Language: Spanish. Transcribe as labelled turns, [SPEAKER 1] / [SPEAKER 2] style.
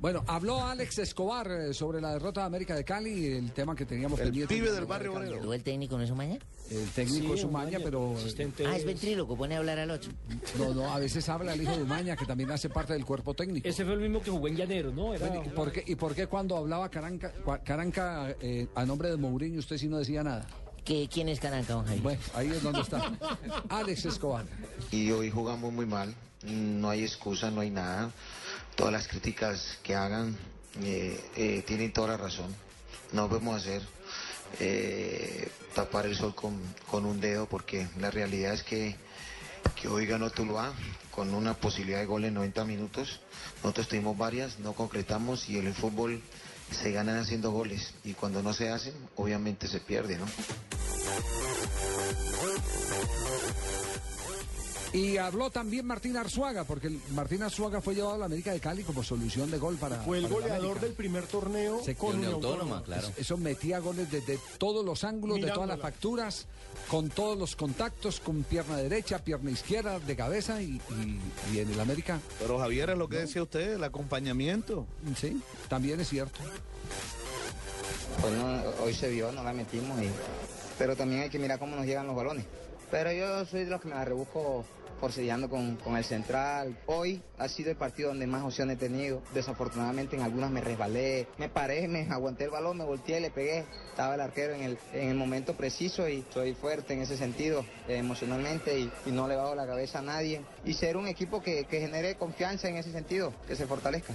[SPEAKER 1] Bueno, habló Alex Escobar eh, sobre la derrota de América de Cali, el tema que teníamos
[SPEAKER 2] El
[SPEAKER 1] pendiente.
[SPEAKER 2] pibe
[SPEAKER 1] de
[SPEAKER 2] del
[SPEAKER 1] América de
[SPEAKER 2] barrio
[SPEAKER 1] Cali.
[SPEAKER 2] obrero.
[SPEAKER 3] ¿Tú el técnico no es Umaña?
[SPEAKER 1] El técnico es Umaña, pero eh,
[SPEAKER 3] Ah, es ventríloco, pone a hablar al otro.
[SPEAKER 1] no, no, a veces habla el hijo de Umaña, que también hace parte del cuerpo técnico.
[SPEAKER 4] Ese fue el mismo que jugó en Llanero, ¿no? Era-
[SPEAKER 1] ¿Y por qué, y por qué cuando hablaba Caranca, cua- Caranca eh, a nombre de Mourinho usted sí no decía nada?
[SPEAKER 3] ¿Qué, ¿Quién es Caranca, don Javier?
[SPEAKER 1] Bueno, ahí es donde está. Alex Escobar.
[SPEAKER 5] y hoy jugamos muy mal. No hay excusa, no hay nada. Todas las críticas que hagan eh, eh, tienen toda la razón. No podemos hacer eh, tapar el sol con, con un dedo porque la realidad es que, que hoy ganó Tuluá con una posibilidad de gol en 90 minutos. Nosotros tuvimos varias, no concretamos y en el fútbol se ganan haciendo goles y cuando no se hacen, obviamente se pierde, ¿no?
[SPEAKER 1] Y habló también Martín Arzuaga, porque el- Martín Arzuaga fue llevado a la América de Cali como solución de gol para.
[SPEAKER 6] Fue el
[SPEAKER 1] para la
[SPEAKER 6] goleador
[SPEAKER 1] América.
[SPEAKER 6] del primer torneo
[SPEAKER 1] Se
[SPEAKER 6] con
[SPEAKER 1] quedó
[SPEAKER 6] Unión
[SPEAKER 1] en
[SPEAKER 6] Autónoma,
[SPEAKER 1] Eso- Eso metía goles desde todos los ángulos, de todas las
[SPEAKER 6] Mirándola.
[SPEAKER 1] facturas, con todos los contactos, con pierna derecha, pierna izquierda, de cabeza y, y- y en el América.
[SPEAKER 2] Pero Javier, es lo que decía usted, el acompañamiento.
[SPEAKER 1] Sí, también es cierto.
[SPEAKER 7] Pues no, hoy se vio, no la metimos. y- pero también hay que mirar cómo nos llegan los balones. Pero yo soy de los que me la rebusco forcejeando con, con el central. Hoy ha sido el partido donde más opciones he tenido. Desafortunadamente en algunas me resbalé, me paré, me aguanté el balón, me volteé, le pegué. Estaba el arquero en el, en el momento preciso y soy fuerte en ese sentido, eh, emocionalmente, y, y no le bajo la cabeza a nadie. Y ser un equipo que, que genere confianza en ese sentido, que se fortalezca.